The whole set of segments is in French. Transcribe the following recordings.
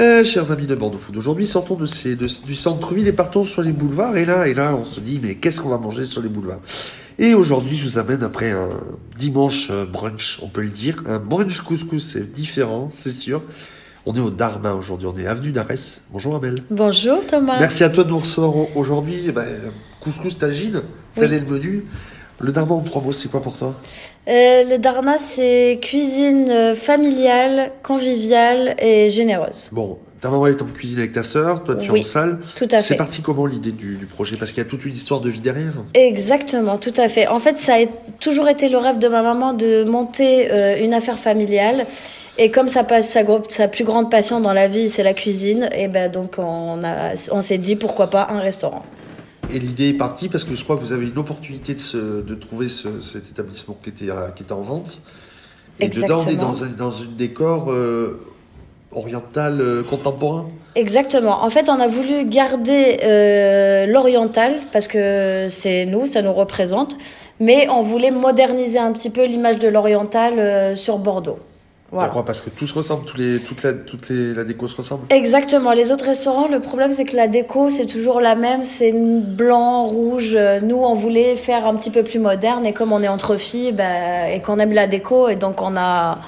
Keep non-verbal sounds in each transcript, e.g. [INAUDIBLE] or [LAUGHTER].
Euh, chers amis de Bordeaux Food, aujourd'hui sortons de ces, de- du centre-ville et partons sur les boulevards. Et là, et là, on se dit, mais qu'est-ce qu'on va manger sur les boulevards Et aujourd'hui, je vous amène après un dimanche euh, brunch, on peut le dire. Un brunch couscous, c'est différent, c'est sûr. On est au Darma aujourd'hui, on est avenue d'Arès. Bonjour Amel. Bonjour Thomas. Merci à toi de nous recevoir aujourd'hui. Eh ben, couscous tagine, tel Oui. est le menu. Le Darma en trois mots, c'est quoi pour toi Euh, le Darna, c'est cuisine euh, familiale, conviviale et généreuse. Bon, ta maman elle est en cuisine avec ta sœur, toi tu es Oui, en salle. Tout à C'est fait. parti comment l'idée du, du projet Parce qu'il y a toute une histoire de vie derrière. Exactement, tout à fait. En fait, ça a é- toujours été le rêve de ma maman de monter euh, une affaire familiale. Et comme ça passe sa, gro- sa plus grande passion dans la vie, c'est la cuisine, et ben donc on, a, on s'est dit pourquoi pas un restaurant. Et l'idée est partie parce que je crois que vous avez une opportunité de, se- de trouver ce- cet établissement qui était, à- qui était en vente. Et dedans, on est Exactement. dans un, dans un décor euh, oriental euh, contemporain. Exactement. En fait, on a voulu garder euh, l'oriental parce que c'est nous, ça nous représente, mais on voulait moderniser un petit peu l'image de l'oriental euh, sur Bordeaux. Voilà. Pourquoi Parce que tout se ressemble, tous les, toute, la, toute les- la déco se ressemble. Exactement. Les autres restaurants, le problème c'est que la déco c'est toujours la même, c'est blanc, rouge. Nous, on voulait faire un petit peu plus moderne et comme on est entre filles bah, et qu'on aime la déco et donc on a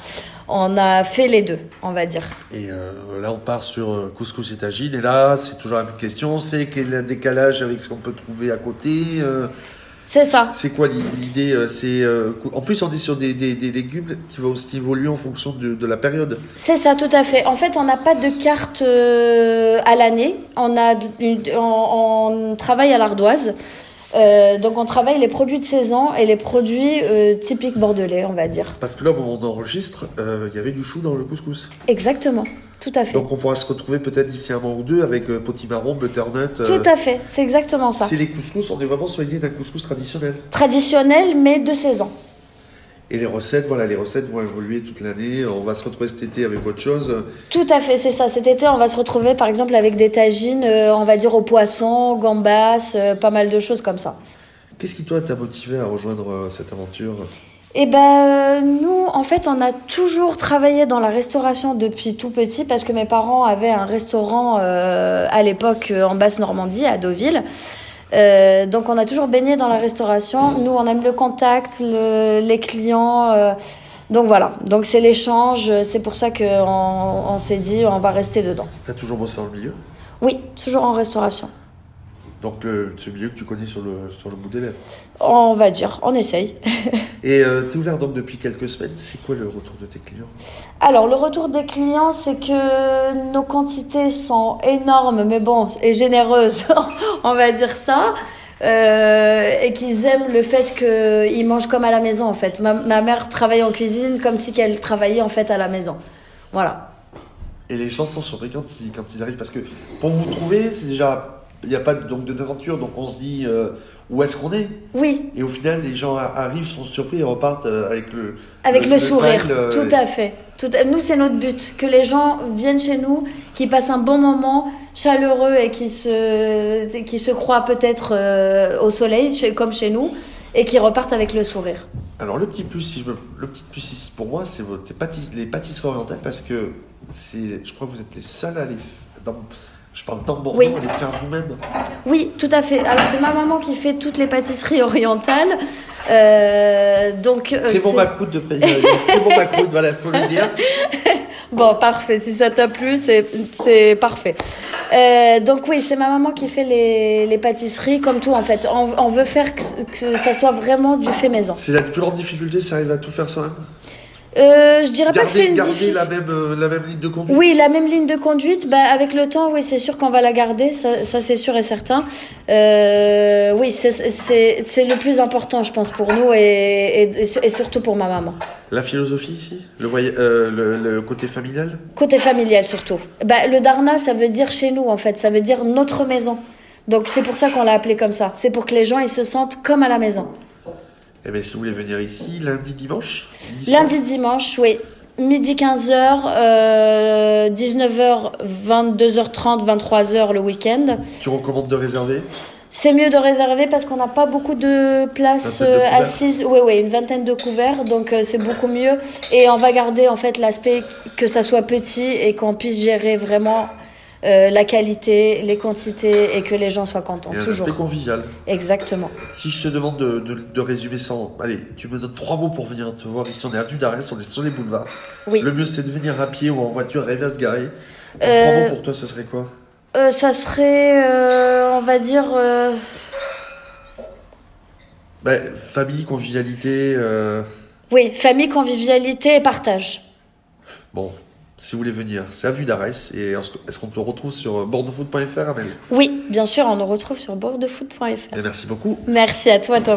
on a fait les deux, on va dire. Et euh, là, on part sur euh, couscous et tagine. Et là, c'est toujours la même question. C'est quel est le décalage avec ce qu'on peut trouver à côté euh, C'est ça. C'est quoi l'i- l'idée euh, C'est euh, cou- en plus on est sur des, des- des légumes qui vont aussi évoluer en fonction de, de la période. C'est ça, tout à fait. En fait, on n'a pas de carte euh, à l'année. On, a, de- une- on, on travaille à l'ardoise. Euh, donc, on travaille les produits de saison et les produits euh, typiques bordelais, on va dire. Parce que là, au moment d'enregistre, euh, il y avait du chou dans le couscous. Exactement, tout à fait. Donc on pourra se retrouver peut-être d'ici un mois ou deux avec euh, potimarron, butternut. euh, tout à fait, c'est exactement ça. c'est les couscous. On est vraiment sur l'idée d'un couscous traditionnel. Traditionnel, mais de saison. Et les recettes, voilà, les recettes vont évoluer toute l'année. On va se retrouver cet été avec autre chose. Tout à fait, c'est ça. Cet été, on va se retrouver, par exemple, avec des tagines, euh, on va dire au poisson, gambas, euh, pas mal de choses comme ça. Qu'est-ce qui toi t'a motivé à rejoindre euh, cette aventure Eh ben, euh, nous, en fait, on a toujours travaillé dans la restauration depuis tout petit parce que mes parents avaient un restaurant euh, à l'époque euh, en Basse-Normandie, à Deauville. Euh, donc, on a toujours baigné dans la restauration. Nous, on aime le contact, le- les clients. euh, donc, voilà. Donc, c'est l'échange. euh, C'est pour ça qu'on on, on s'est dit, on va rester dedans. T'as toujours bossé dans le milieu. Oui, toujours en restauration. Donc le, ce milieu que tu connais sur le sur le bout des lèvres. On va dire, on essaye. Et euh, t'es ouvert donc depuis quelques semaines. C'est quoi le retour de tes clients Alors, le retour des clients, c'est que nos quantités sont énormes, mais bon, et généreuses, [LAUGHS] on va dire ça. Euh, et qu'ils aiment le fait qu'ils mangent comme à la maison, en fait. Ma, ma mère travaille en cuisine comme si qu'elle travaillait, en fait, à la maison. Voilà. Et les gens sont surpris quand ils, quand ils arrivent parce que pour vous trouver, c'est déjà il n'y a pas de- donc de devanture, donc on se dit euh, où est-ce qu'on est. Oui, Et au final, les gens a- arrivent, sont surpris et repartent euh, avec le avec Le- le, le sourire. smile, euh, Tout à fait. Tout à- Nous, c'est notre but, que les gens viennent chez nous, qu'ils passent un bon moment, chaleureux et qui se, qui se croient peut-être euh, au soleil, chez- comme chez nous, et qui repartent avec le sourire. Alors le petit plus, si je me- le petit plus ici pour moi, c'est vos- tes pâtis- les pâtisseries orientales parce que c'est, je crois que vous êtes les seuls à les, f- dans- je parle dans Bordeaux, Oui. à les faire vous-même. Oui, tout à fait. Alors c'est ma maman qui fait toutes les pâtisseries [LAUGHS] orientales. Euh, donc euh, Très bon c'est- macroute de pré- euh, très bon macroute, voilà, faut le dire. Bon, parfait. Si ça t'a plu, c'est c'est parfait. Euh, donc oui, c'est ma maman qui fait les, les pâtisseries, comme tout en fait. On, on veut faire que, que ça soit vraiment du fait maison. C'est la plus grande difficulté, c'est arriver à tout faire soi-même. Euh, je dirais pas que c'est Garder, une garder diffi- la même, euh, la même ligne de conduite. Oui, la même ligne de conduite, bah, avec le temps, oui, c'est sûr qu'on va la garder, ça, ça, c'est sûr et certain. Euh, oui, c'est- c'est c'est le plus important, je pense, pour nous et, et- et surtout pour ma maman. La philosophie ici le, voy- euh, le, le côté familial Côté familial surtout. Bah, le Darna, ça veut dire chez nous en fait, ça veut dire notre maison. Donc c'est pour ça qu'on l'a appelé comme ça. C'est pour que les gens ils se sentent comme à la maison. Eh bien, si vous voulez venir ici, lundi, dimanche ici. Lundi, dimanche, oui. Midi euh, 15h, 19h, 22h30, 23h le week-end. Tu recommandes de réserver C'est mieux de réserver parce qu'on n'a pas beaucoup de places Vingtaine de euh, couverts. assises. Oui, oui, une vingtaine de couverts, donc euh, c'est beaucoup mieux. Et on va garder en fait l'aspect que ça soit petit et qu'on puisse gérer vraiment euh, la qualité, les quantités et que les gens soient contents, Et un Oh, toujours. aspect convivial. Exactement. Si je te demande de, de- de résumer ça, en- allez, tu me donnes trois mots pour venir te voir. Ici, on est avenue d'Arès, on est sur les boulevards. Oui. Le mieux, c'est de venir à pied ou en voiture, rêver à se garer. En Trois Euh, mots pour toi, ce serait quoi Euh, ça serait, euh, on va dire, euh, Ben, Famille, convivialité. euh, oui, famille, convivialité et partage. Bon, si vous voulez venir, c'est avenue d'Arès. Et est-ce que- est-ce qu'on te retrouve sur euh, Euh, bordeauxfoot.fr, Amel Oui, bien sûr, on nous retrouve sur bordefoot.fr. Et Merci beaucoup. Merci à toi, Thomas.